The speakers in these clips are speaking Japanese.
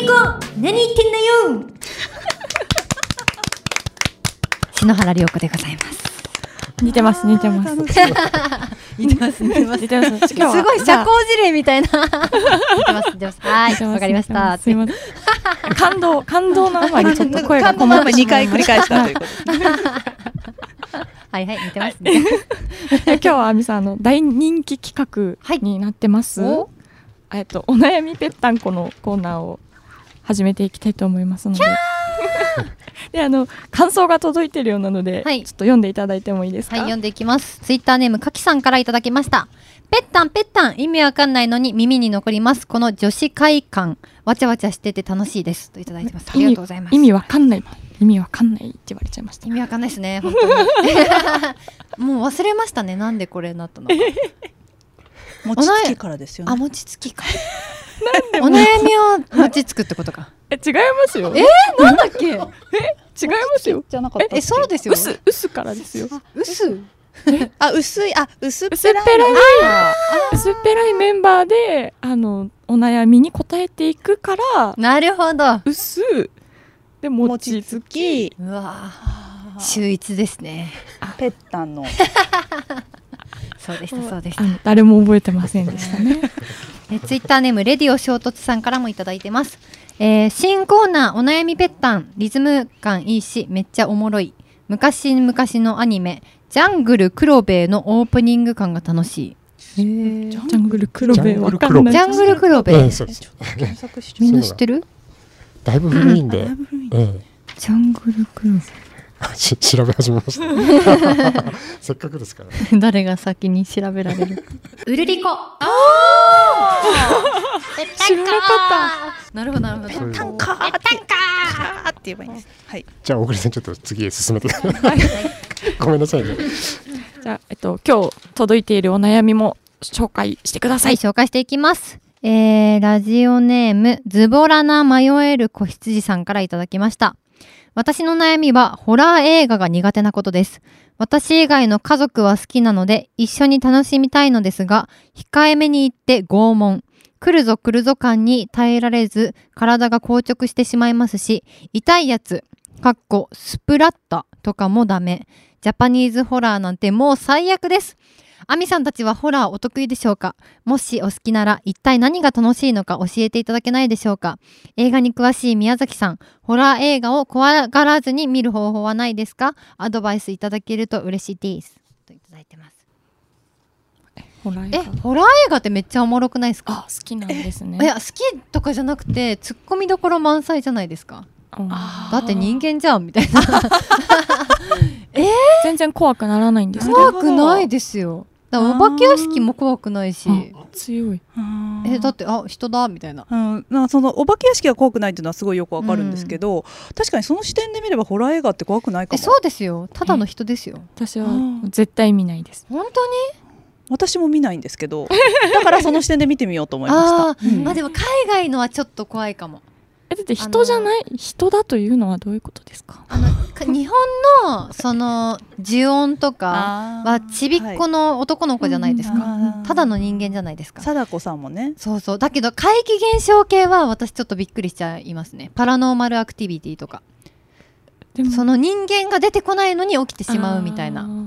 何言ってんだよ 篠原涼子でございます似てます似てます楽しい似てます似てます似てますすごい社交辞令みたい な似てます似てますは似いてすわかりました似てますすいません感動感動のあまりちょ っと声がここものって前し二まい回ま繰りし返したということはいはい似てますねた今日はあみさんあの大人気企画になってます、おえっとお悩みぺったんこのコーナーを始めていきたいと思いますので であの感想が届いてるようなので、はいちょっと読んでいただいてもいいですはか、い、読んでいきます。ツイッターネーム、かきさんからいただきました。ぺったんぺったん、意味わかんないのに耳に残ります。この女子会館、わちゃわちゃしてて楽しいです。といただいてます。ありがとうございます。意味わかんない意味わかんないって言われちゃいました意味わかんないですね、本当に。もう忘れましたね、なんでこれになったのか。餅つきからですよあ、ね餅つ きか。お悩みは餅つくってことか。え違いますよえ違いなんだっけますよじゃなかった え、そうですよ。薄薄からですよ薄あ薄いあ薄っ薄っぺらいぺらい薄っぺらいメンバーであのお悩みに答えていくからなるほど。薄で餅つきうわぁ秀逸ですね。ぺったんのそうでした、そうでしたあ。の誰も覚えてませんでしたねえツイッターネームレディオ衝突さんからもいただいてます、えー新コーナーお悩みぺったんリズム感いいしめっちゃおもろい昔々のアニメジャングル黒部のオープニング感が楽しいジジャングル黒部わかんないャングル黒部ええ、そうえですちょっと検索しちみゃんな知ってるだいぶ古いんで、だいぶ古いええジャングル黒し調べ始めました。せっかくですから。部 誰が先に調べられ るウルリコあ あ知らなかったなるほどなるほそうどいうタンカータンカーって言えばいいんですはいじゃあ、大栗さん、ちょっと次へ進めてください。 ごめんなさいね。じゃあ、えっと、今日届いているお悩みも紹介してくださはい、い。紹介していきます。えー、ラジオネーム、ズボラな迷える子羊さんからいただきました。私の悩みは、ホラー映画が苦手なことです。私以外の家族は好きなので、一緒に楽しみたいのですが、控えめに言って拷問。来るぞ来るぞ感に耐えられず、体が硬直してしまいますし、痛いやつ、かっこ、スプラッタとかもダメ。ジャパニーズホラーなんてもう最悪です。アミさんたちはホラーお得意でしょうかもしお好きなら一体何が楽しいのか教えていただけないでしょうか映画に詳しい宮崎さん、ホラー映画を怖がらずに見る方法はないですかアドバイスいただけると嬉しいです。といただいてます。ホラー映え、画ホラー映画ってめっちゃおもろくないですかあ、好きなんですね。いや、好きとかじゃなくて、ツッコミどころ満載じゃないですかうんだって人間じゃんみたいな。全然怖くならないんですけど怖くないですよ。だからお化け屋敷も怖くないし、強い。え、だって、あ、人だみたいな。うん、まあそのお化け屋敷が怖くないっていうのはすごいよくわかるんですけど、確かにその視点で見ればホラー映画って怖くないかえ、もそうですよ。ただの人ですよ。私はうん絶対見ないです。本当に私も見ないんですけどだからその視点で見てみようと思いました あーまあでも海外のはちょっと怖いかも。え、だって人じゃない、人だというのはどういうことですか。あの か日本のその呪音とかはちびっこのの男の子じゃないですか。はいただの人間じゃないですか。貞子さんもねそうそう。だけど怪奇現象系は私ちょっとびっくりしちゃいますね。パラノーマルアクティビティとか。でもその人間が出てこないのに起きてしまうみたいあな。ー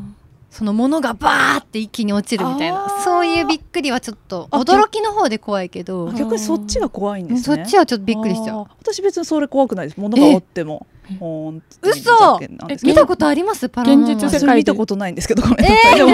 そのものがバーって一気に落ちるみたいあな。ーそういうびっくりはちょっとあ驚きの方で怖いけどー、逆にそっちが怖いんですそねっちはちょっとびっくりしちゃうあ。ー私別にそれ怖くないです物が折ってもえほーんって嘘見たことありますパラノーマル。現実世界でそれ見たことないんですけどごめんなさい、でも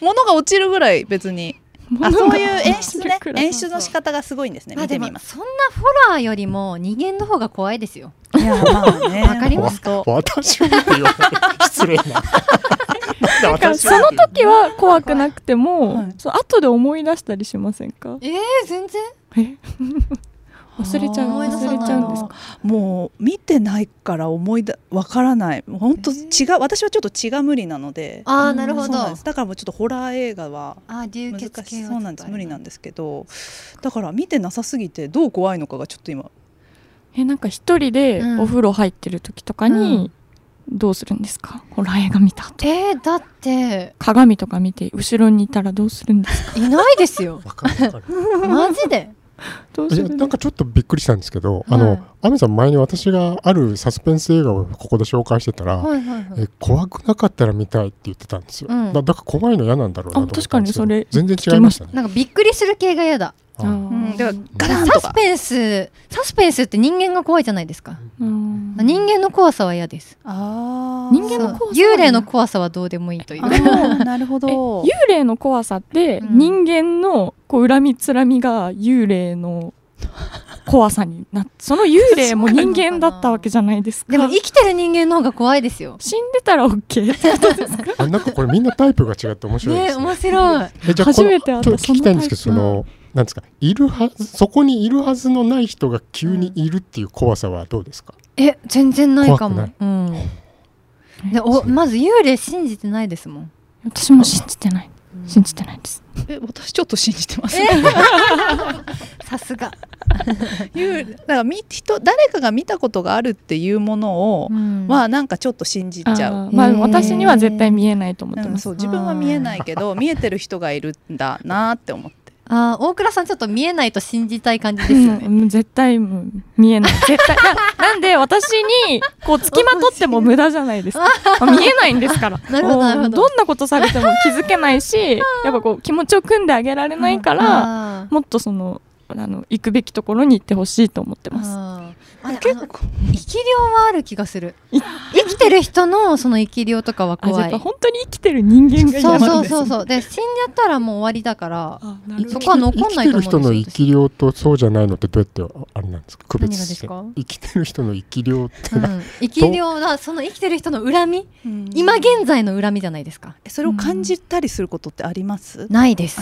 物が落ちるぐらい別にあそういう演出ね演出の仕方がすごいんですねまあ見てでもみますそんなフォラーよりも人間の方が怖いですよ。いやまあねわ かりますか私はって言わない。失礼な。なんでだから私そのはってい時う。は怖くなくても、はいその後で思い出したりしませんか。ええ全然。え 忘れちゃう思い出さ忘ないれちゃうんですか。もう見てないから思いだわからないもう本当血が私はちょっと血が無理なのでああなるほそうど。なんあですだからもうちょっとホラー映画はー流難血しい系はそうなんです無理なんでですけどだから見てなさすぎてどう怖いのかがちょっと今えなんか一人でうんお風呂入ってる時とかにどうするんですか、ホラー映画見た後えー、だって鏡とか見て後ろにいたらどうするんですか いないですよわかるわかる。マジで。どういすやるなんかちょっとびっくりしたんですけど、いあのアミさん前に私があるサスペンス映画をここで紹介してたら、はいはいはいえ怖くなかったら見たいって言ってたんですよ、うんだだから怖いの嫌なんだろうなと思ったあ確かにそれんですけど全然違いましたねなんかびっくりする系が嫌だああーうんーだからガランサとスかペンスサスペンスって人間が怖いじゃないですかうん人間の怖さは嫌ですあ人間の怖さそはう嫌幽霊の怖さはどうでもいいという かあなるほど幽霊の怖さってうん人間のこう恨みつらみが幽霊の怖さに なっその幽霊も人間だったわけじゃないですかでも生きてる人間の方が怖いですよ死んでたら OK あなんかこれみんなタイプが違って面白いでねすね面白いえじゃあ初このめて会ったちょっと聞きたいんですけどそそんなタイのなんですかいるはずそこにいるはずのない人が急にいるっていう怖さはどうですか、え全然ないかも怖くうんでおまず幽霊信じてないですもん私も信じてない信じてないですえ私ちょっと信じてます、 さすが幽霊だからみ人誰かが見たことがあるっていうものを、まあなんかちょっと信じちゃうあーまあへー私には絶対見えないと思ってうまん、すそう自分は見えないけど見えてる人がいるんだなって思ってあー大倉さんちょっと見えないと信じたい感じですうよねん、絶対もう見えない絶対ななんで私にこうつきまとっても無駄じゃないですかあ見え ないんですからなるほどなるほどもうどんなことされても気づけない しやっぱこう気持ちを組んであげられないからあーもっとそのあの行くべきところに行ってほしいと思ってますあーあれあの生き量はある気がする生きてる人のその生き量とかはあ怖やっいぱ本当に生きてる人間がそう嫌なそんうですそうそううで死んじゃったらもう終わりだからあな生るきそほてこは残んないと思うんですよ生きてる人の生き量とそうじゃないのってどうやってあれなんですか区別して何がですか生きてる人の生き量ってうな、ん、生き量なその生きてる人の恨み、今今現現在の恨みじゃないですかそれを感じたりすることってあります、ないです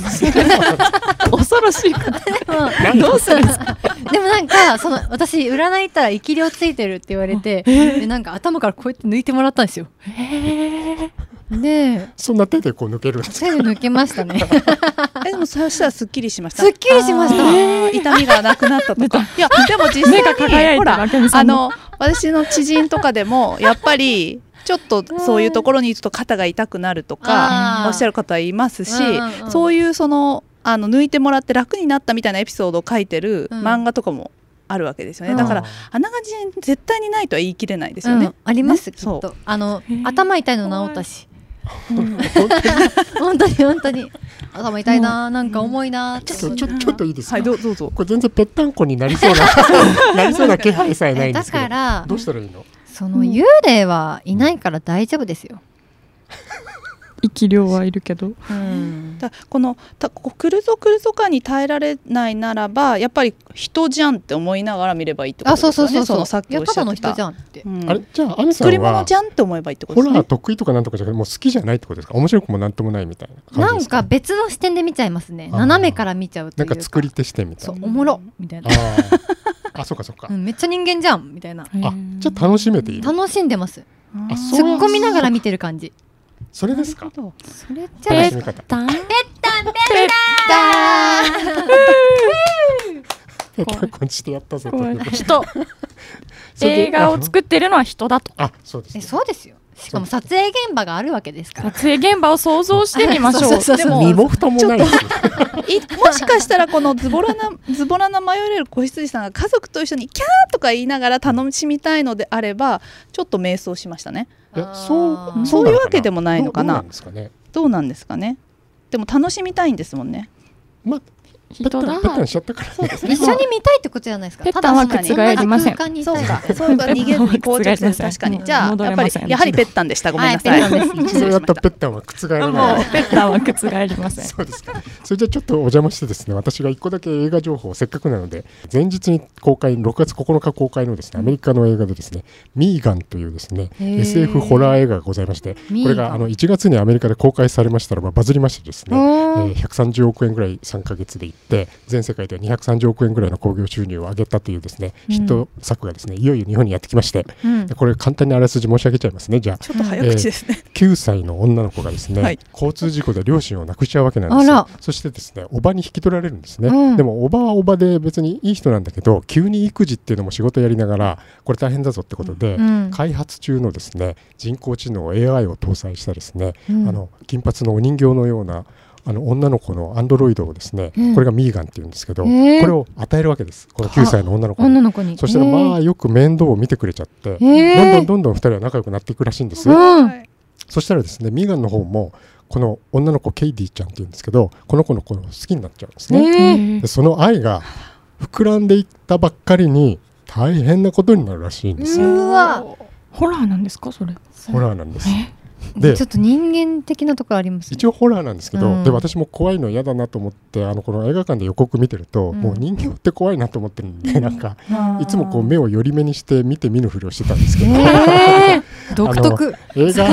ど恐ろしいこと うんどうするんですかでもなんかその私占い行ったら生き量ついてるって言われてでなんか頭からこうやって抜いてもらったんですよでそんな手でこう抜ける んです手で抜けましたね えでもそうしたらすっきりしましたすっきりしましたあー 痛みがなくなったとかいやでも実目が輝際にいほてるらあけみさあんのの私の知人とかでもやっぱりちょっとそういうところに行くと肩が痛くなるとあかーおっしゃる方いますし、うんうんうんそういうそのあの抜いてもらって楽になったみたいなエピソードを書いてるうん漫画とかもあるわけですよね、うんだからあーあながち絶対にないとは言い切れないですよねうん、あります、ねきっとそあのへー頭痛いの治ったし 本当に本当に頭痛いななんか重いなちょっとちょちょっといいですか、はいどうどうぞこれ全然ぺったんこになりそうなな りそうな気配さえないんでだすけどからどうしたらいいのその幽霊はいないから大丈夫ですよ、生き量はいるけどうんだこのたこう来るぞ来るぞかに耐えられないならばやっぱり人じゃんって思いながら見ればいいってことあですよそうねそうそうそうのさっいきやおっしただゃっのてた人じゃんってうんあれじゃあアミさ作りん物はじゃんって思えばいいってことホですねラー得意とかなんとかじゃなくてもう好きじゃないってことですか面白くもなんともないみたいなな感じでんすかか別の視点で見ちゃいますねあー斜めから見ちゃうとないうんかか作り手してみたいそうなおもろみたいな、あーあそうかそうか、うん、めっちゃ人間じゃんみたいなあじゃあ楽しめている楽しんでますうんあそう突っ込みながら見てる感じそれですかなるほどそれじゃ楽あしみ方だぺったんこしてやったぞと怖いいうことで人それで映画を作ってるのは人だとあそうですえねそうですよしかも撮影現場があるわけですから撮影現場を想像してみま しょそうそうそううでそうも身も蓋もないですねいもしかしたらこのズボラな ズボラな迷える子羊さんが家族と一緒にキャーとか言いながら楽しみたいのであればちょっと迷走しましたねいやそうそうなのかないうわけでもないのかなどうどうなんですかねどうなんですかねでも楽しみたいんですもんねまあぺった人だんぺったんしちゃったからね一緒に見たいってことじゃないですかペッタンはただその覆りませ同じん空間にいたそういかそうか逃げずに硬直する確かうにんじゃあ戻やれっぱまりせんやはりペッタンでしたごめんなさいはいペッタンです一度やったぺったんは覆らもなうい ペッタンは覆りませんそうですかそれじゃあちょっとお邪魔してですね私が一個だけ映画情報をせっかくなので前日に公開6月9日公開のですねアメリカの映画でですね「ミーガン」というですねへー SF ホラー映画がございましてこミーガンれがあの1月にアメリカで公開されましたらばバズりましてですね、えおーー130億円ぐらい3ヶ月でいって全世界では230億円ぐらいの興行収入を上げたというですねヒット作がですねいよいよ日本にやってきましてうんでこれ簡単にあらすじ申し上げちゃいますねじゃあちょっと早口ですね、 9歳の女の子がですね、はい交通事故で両親を亡くしちゃうわけなんですあらよそしてですねおばに引き取られるんですね、うんでもおばはおばで別にいい人なんだけど急に育児っていうのも仕事やりながらこれ大変だぞってことで、うん開発中のですね人工知能 AI を搭載したですね、うんあの金髪のお人形のようなあの女の子のアンドロイドをですね、うんこれがミーガンっていうんですけど、へーこれを与えるわけですこの9歳の女の子女にの子に。そしたらまあよく面倒を見てくれちゃって、えー、えどーんどんどんどん2人は仲良くなっていくらしいんです、うんはいそしたらですねミーガンの方もこの女の子ケイディちゃんっていうんですけどこの子の子を好きになっちゃうんですね、えーでその愛が膨らんでいったばっかりに大変なことになるらしいんですよ、うわホラーなんですかそれホラーなんですえでちょっと人間的なところありますね一応ホラーなんですけど、うんで私も怖いの嫌だなと思ってあのこの映画館で予告見てると、うんもう人形って怖いなと思ってるんで、なんかあーいつもこう目を寄り目にして見て見ぬふりをしてたんですけど、えー、独特。映画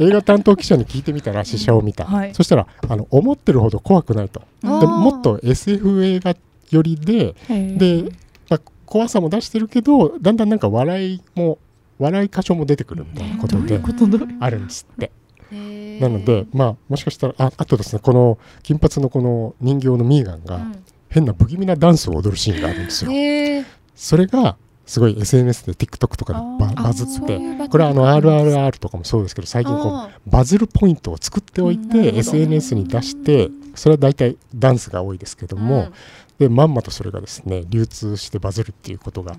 映画担当記者に聞いてみたら試写を見た、はいそしたらあの思ってるほど怖くないとあでーもっと SF 映画寄りでで、まあ、怖さも出してるけどだんだんなんか笑いも笑い箇所も出てくるみたいなことでことどうあるんですって。えーなので、まあ、もしかしたらああとですねこの金髪のこの人形のミーガンうがん変な不気味なダンスを踊るシーンがあるんですよ。えーそれがすごい SNS で TikTok とかでバあーバズっそうていうバトルこれはあの RRR とかもそうですけど最近こあーうバズるポイントを作っておいうんなるほてど SNS に出してそれは大体ダンスが多いですけども、うんでまんまとそれがですね流通してバズるっていうことが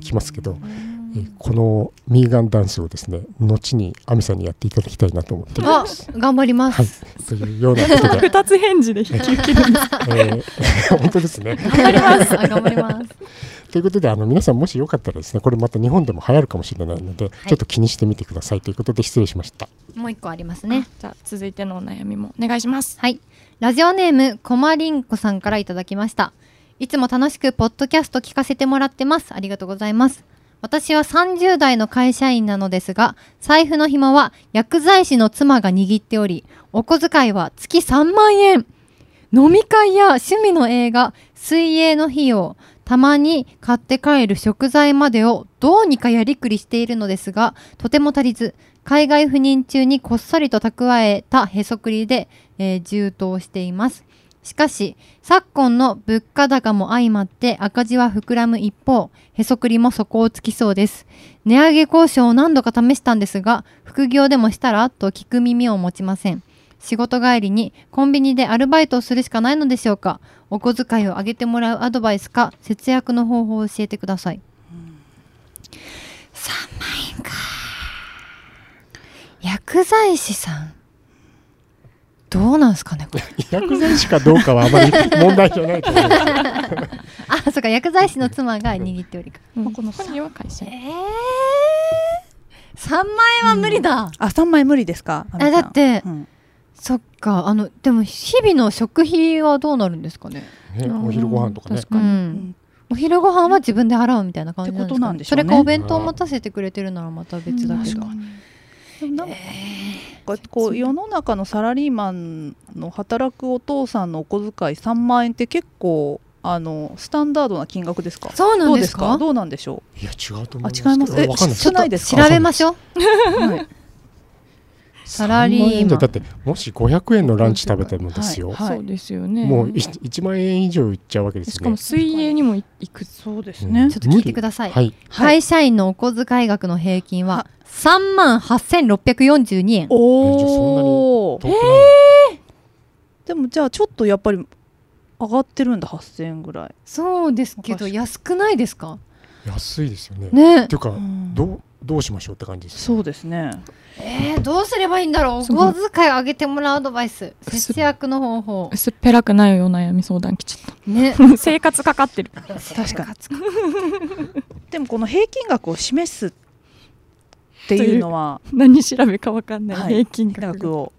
起きますけど、えーこのミーガンダンスをですね後に亜美さんにやっていただきたいなと思っていあます。、頑張りまはいす。、というようなこ とで、二つ返事で引き受けるんですえー 本当ですね。頑張ります。 あ頑張ります。ということであの皆さんもしよかったらですねこれまた日本でも流行るかもしれないので、ちょっと気にしてみてくださいということで失礼しました。もう一個ありますね。じゃあ続いてのお悩みもお願いしますはい。ラジオネーム、こまりんこさんからいただきました。いつも楽しくポッドキャスト聞かせてもらってます。ありがとうございます。私は30代の会社員なのですが、財布の紐は薬剤師の妻が握っており、お小遣いは月3万円。飲み会や趣味の映画、水泳の費用、たまに買って帰る食材までをどうにかやりくりしているのですが、とても足りず、海外赴任中にこっそりと蓄えたへそくりで、えー充当しています。しかし、昨今の物価高も相まって赤字は膨らむ一方、へそくりも底をつきそうです。値上げ交渉を何度か試したんですが、副業でもしたらと聞く耳を持ちません。仕事帰りにコンビニでアルバイトをするしかないのでしょうかお小遣いを上げてもらうアドバイスか節約の方法を教えてください。3万円か。薬剤師さん。どうなんすかねこ れ薬剤師かどうかはあまり問題じゃないと思 います。あ、そっか、薬剤師の妻が握っており か。まあここのの次は会社えー、3万円は無理だ。あ3枚無理ですかああだって、うんそっか、あの、でも日々の食費はどうなるんですかね。ね、お昼ご飯とかね確。かに、うんお昼ご飯は自分で払うみたいな感じなんですか,、ってことなんでしそょうねれかお弁当持たせてくれてるならまた別だけど、確かにでもなんかえこうこう世の中のサラリーマンの働くお父さんのお小遣い3万円って結構あのスタンダードな金額ですかーそうなんどうでですすかかどうなんでしょいや違うと思あいますけど。違いますえわかんない。ちょっとないです調かべましょうう、はい、サラリーマン3万円じゃだってもし500円のランチ食べてもですよ。はいそうですよねもうい1万円以上いっちゃうわけですしかねも。水泳にもい行くそうですうねんちょっと聞いてください、はい。はい会社員のお小遣い額の平均は3万8642円えじゃあそんなにおお遠くないでもじゃあちょっとやっぱり上がってるんだ8000円ぐらい、そうですけおかどしい安くないですか安いですよね。ねっていうかうんどうどうしましょうって感じです。そうですねえー、どうすればいいんだろうお小遣い上げてもらうアドバイス節約の方法薄っぺらくないお悩み相談来ちゃっ ねた 生活かかってる確かでもこの平均額を示すっていうのは何調べかわかんない、はい平均額額を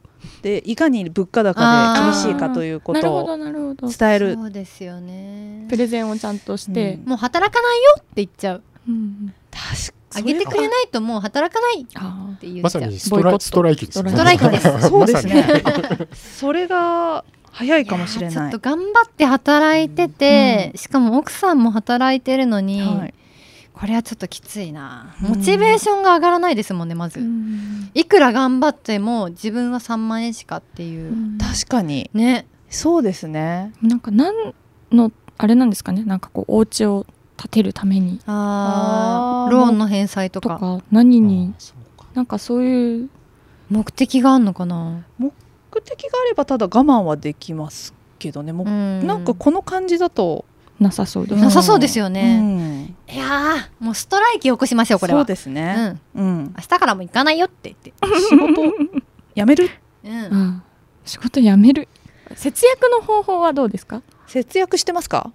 でいかに物価高で厳しいかというこなるとほをどなるほど伝えるそうですよねプレゼンをちゃんとして、もう働かないよって言っちゃううん確あげてくれないともう働かないっあて言っちゃうまさにストボイコッライトストライキですよね。ストライキ ですそうですね それが早いかもしれいやーないちょっと頑張って働いてて、しかも奥さんも働いてるのに、はいこれはちょっときついなうんモチベーションが上がらないですもんねまず、ーうんいくら頑張っても自分は3万円しかっていうう、ん確かにねそうですねなんか何のあれなんですかねなんかこうお家を建てるためにああーーローンの返済ととかか何うにんそうかなんかそういう目的があるのかな目的があればただ我慢はできますけどねもう、なんかこの感じだと、なさそうですなさそうですようね、んいやーもうストライキ起こしましょうこれはそうですね、うん、うん、明日からも行かないよって言って、仕事やめるう、うんん仕事辞める節約の方法はどうですか節約してますか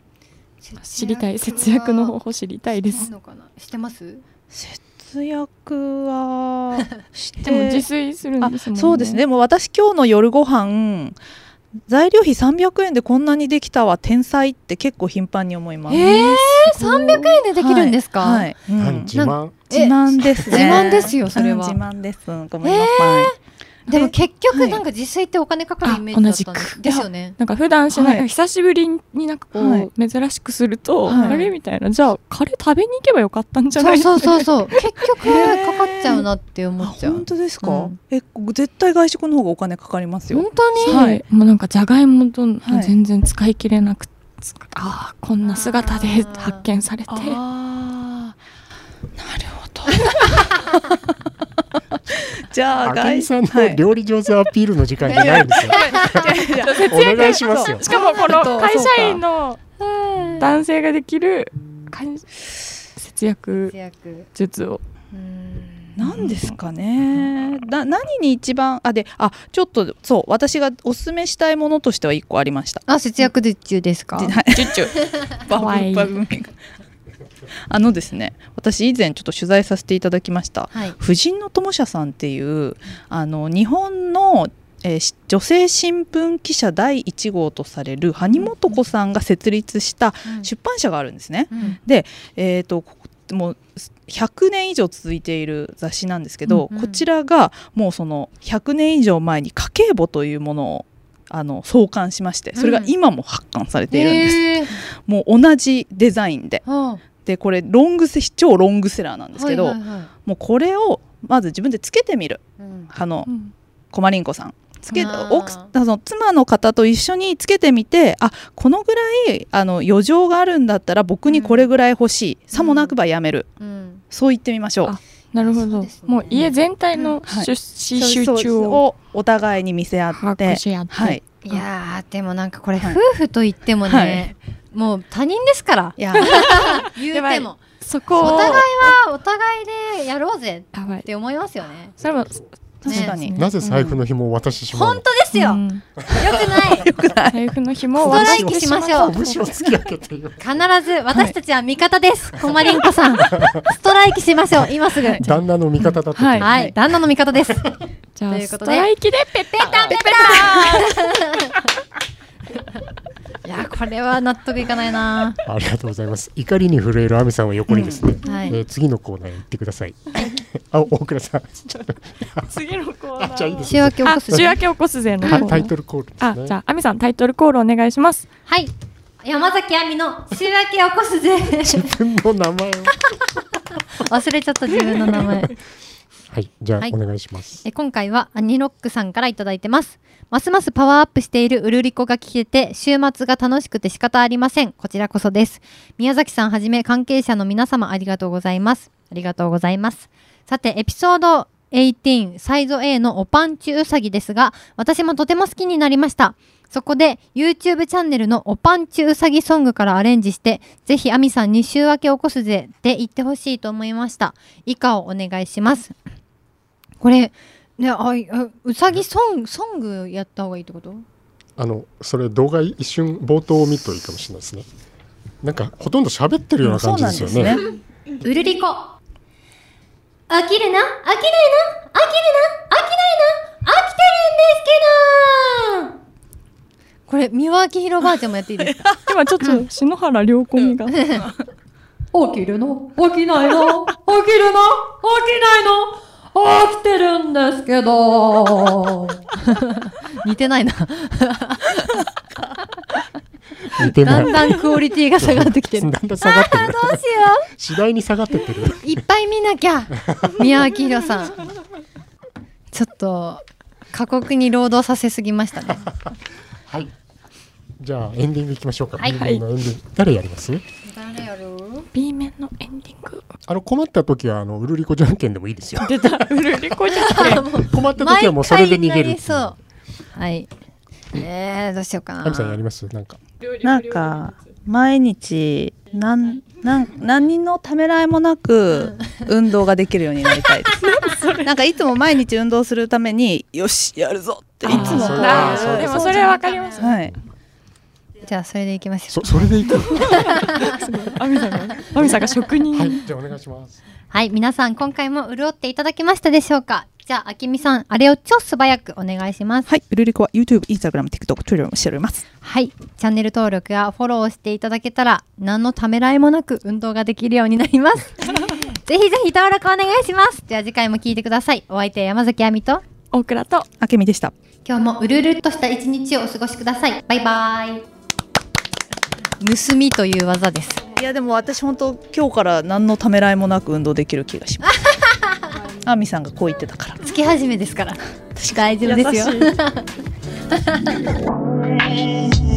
知りたい節約の方し法知りたいですのかなしてます節約はしてでも自炊するんですもんねそうですねでも私今日の夜ご飯材料費300円でこんなにできたわ天才って結構頻繁に思います、えー、三300百円でできるんですか、はいはいうん何自慢自慢ですねえ自慢ですよそれはうん自慢ですごめんなさい、でもで結は局いなんか自炊ってお金かかるイメージだったんあで同すじくですよねなんか普段しない、はい久しぶりになんかこう、はい珍しくすると、はいあれみたいなじゃあカレー食べに行けばよかったんじゃそなういそうそううそう 結局かかっちゃうなって思あっちゃう本当ですか、うんえ絶対外食の方がお金かかりますよ本当にはいもうなんかじゃがいもとはい全然使い切れなくて、ああこんな姿であー発見されてあーなるほど じゃああかりさんはいの料理上手アピールの時間じゃないんですよ。いやいやお願いしますよし。かもこの会社員のうん男性ができる会節約節約術をうん何ですかねな何に一番あであちょっとそう私がおすすめしたいものとしては1個ありましたあ節約術中ですかじはいちゅっちゅ バブわいいバブミがあのですね私以前ちょっと取材させていただきましたはい婦人の友社さんっていうあの日本の、えーし女性新聞記者第1号とされる萩本子さんが設立した出版社があるんですね。うんえー、とここもう100年以上続いている雑誌なんですけど、うんうんこちらがもうその100年以上前に家計簿というものをあの創刊しましてそれが今も発刊されているんです、へーもう同じデザインであーでこれロングセ超ロングセラーなんですけど、はいはいはいもうこれをまず自分でつけてみるうんあのうんコマリンコさんつけあー奥あの妻の方と一緒につけてみてあこのぐらいあの余剰があるんだったら僕にこれぐらい欲しい、さもなくばやめるうんそう言ってみましょう。あなるほそどうですねもう家全体のはい出資集中ををお互いに見せ合把って握、し合って、はい、いやーでもなんかこれはい夫婦と言ってもね、はいもう他人ですからいや、 言うてもそおこを互いはお互いでやろうぜやばいって思いますよねそれも確かに、ね なぜ財布の紐を渡してしまう本の当ですよ、ようんくない財布の紐をストラ渡イキしましうょう拳を突き上げている。必ず私たちは味方 です、コマリンコさんストライキしましょう今すぐはい、旦那の味方だったと。はい旦那の味方ですペじゃとあいうこスとトでライキでペッペタンペタン いやこれは納得いかないなありがとうございます。怒りに震える亜美さんを横にですね、はえいー次のコーナーへ行ってください。あ、大倉さん。次のコーナーあじゃあいいです週明け起こすあ週明け起こすぜのコターナータイトルコールですあね。じゃあ亜美さんタイトルコールお願いし ますはい山崎亜美の週明け起こすぜ 自分の名前を。忘れちゃった自分の名前はい、じゃあはいお願いします。え今回はアニロックさんからいただいてますますますパワーアップしているウルリコが聞けて週末が楽しくて仕方ありませんこちらこそです宮崎さんはじめ関係者の皆様ありがとうございますありがとうございますさてエピソード18サイズ A のおパンチウサギですが私もとても好きになりましたそこで YouTube チャンネルのおパンチウサギソングからアレンジしてぜひアミさんに週明け起こすぜって言ってほしいと思いました以下をお願いしますこれねあいあうさぎソンソングやった方がいいってことあのそれ動画一瞬冒頭を見るといいかもしれないですね。なんかほとんど喋ってるようなそう感じなでんすでよすね。ね。うるりこ飽きるな飽きないな飽きるな飽きないな飽きてるんですけどこれ三輪明宏ばあちゃんもやっていいです か今ちょっと篠原涼子みが起きるの起きないの起きるの起きないの起きてるんですけど似てないな似てなだい。んだだんクオリティが下がってきてるんだん下がってる。どうしよう次第に下がってってる。いっぱい見なきゃ宮脇宏さんちょっと過酷に労働させすぎましたねはい。じゃあエンディングいきましょうか。はい B 面のエンディング誰やります？誰やる B 面のエンディングあの困った時はあのウルリコじゃんけんでもいいですよ。出たうるりこじゃんけん困った時はもうそれで逃げるっていう。そうはい。えー、どうしようかな。ハミさんやりますなんかなんか毎日なんなん何のためらいもなく運動ができるようになりたいです。なんかいつも毎日運動するためによしやるぞっていつもあー思そうれなはるほどそうでもそれはわかります。はい。じゃあ、それでいきましょそ それでいくすごいアミさんがアミさんが職人。はいじゃあお願いしますう。はい、皆さん、今回も潤っていただけましたでしょうかじゃあ、あきみさん、あれを超素早くお願いします。はい、ブルリコは YouTube、Instagram、TikTok、Twitter もしております。はい。チャンネル登録やフォローしていただけたら、何のためらいもなく運動ができるようになり ます。ぜひぜひ登録お願いします。では次回も聞いてください。お相手は山崎亜美と、大倉とあけみでした。今日もうるるっとした一日をお過ごしください。バイバ イ。盗みという技です。いやでも私本当今日から何のためらいもなく運動できる気がします。あみさんがこう言ってたから。つき 始めですから。大丈夫ですよ。優しい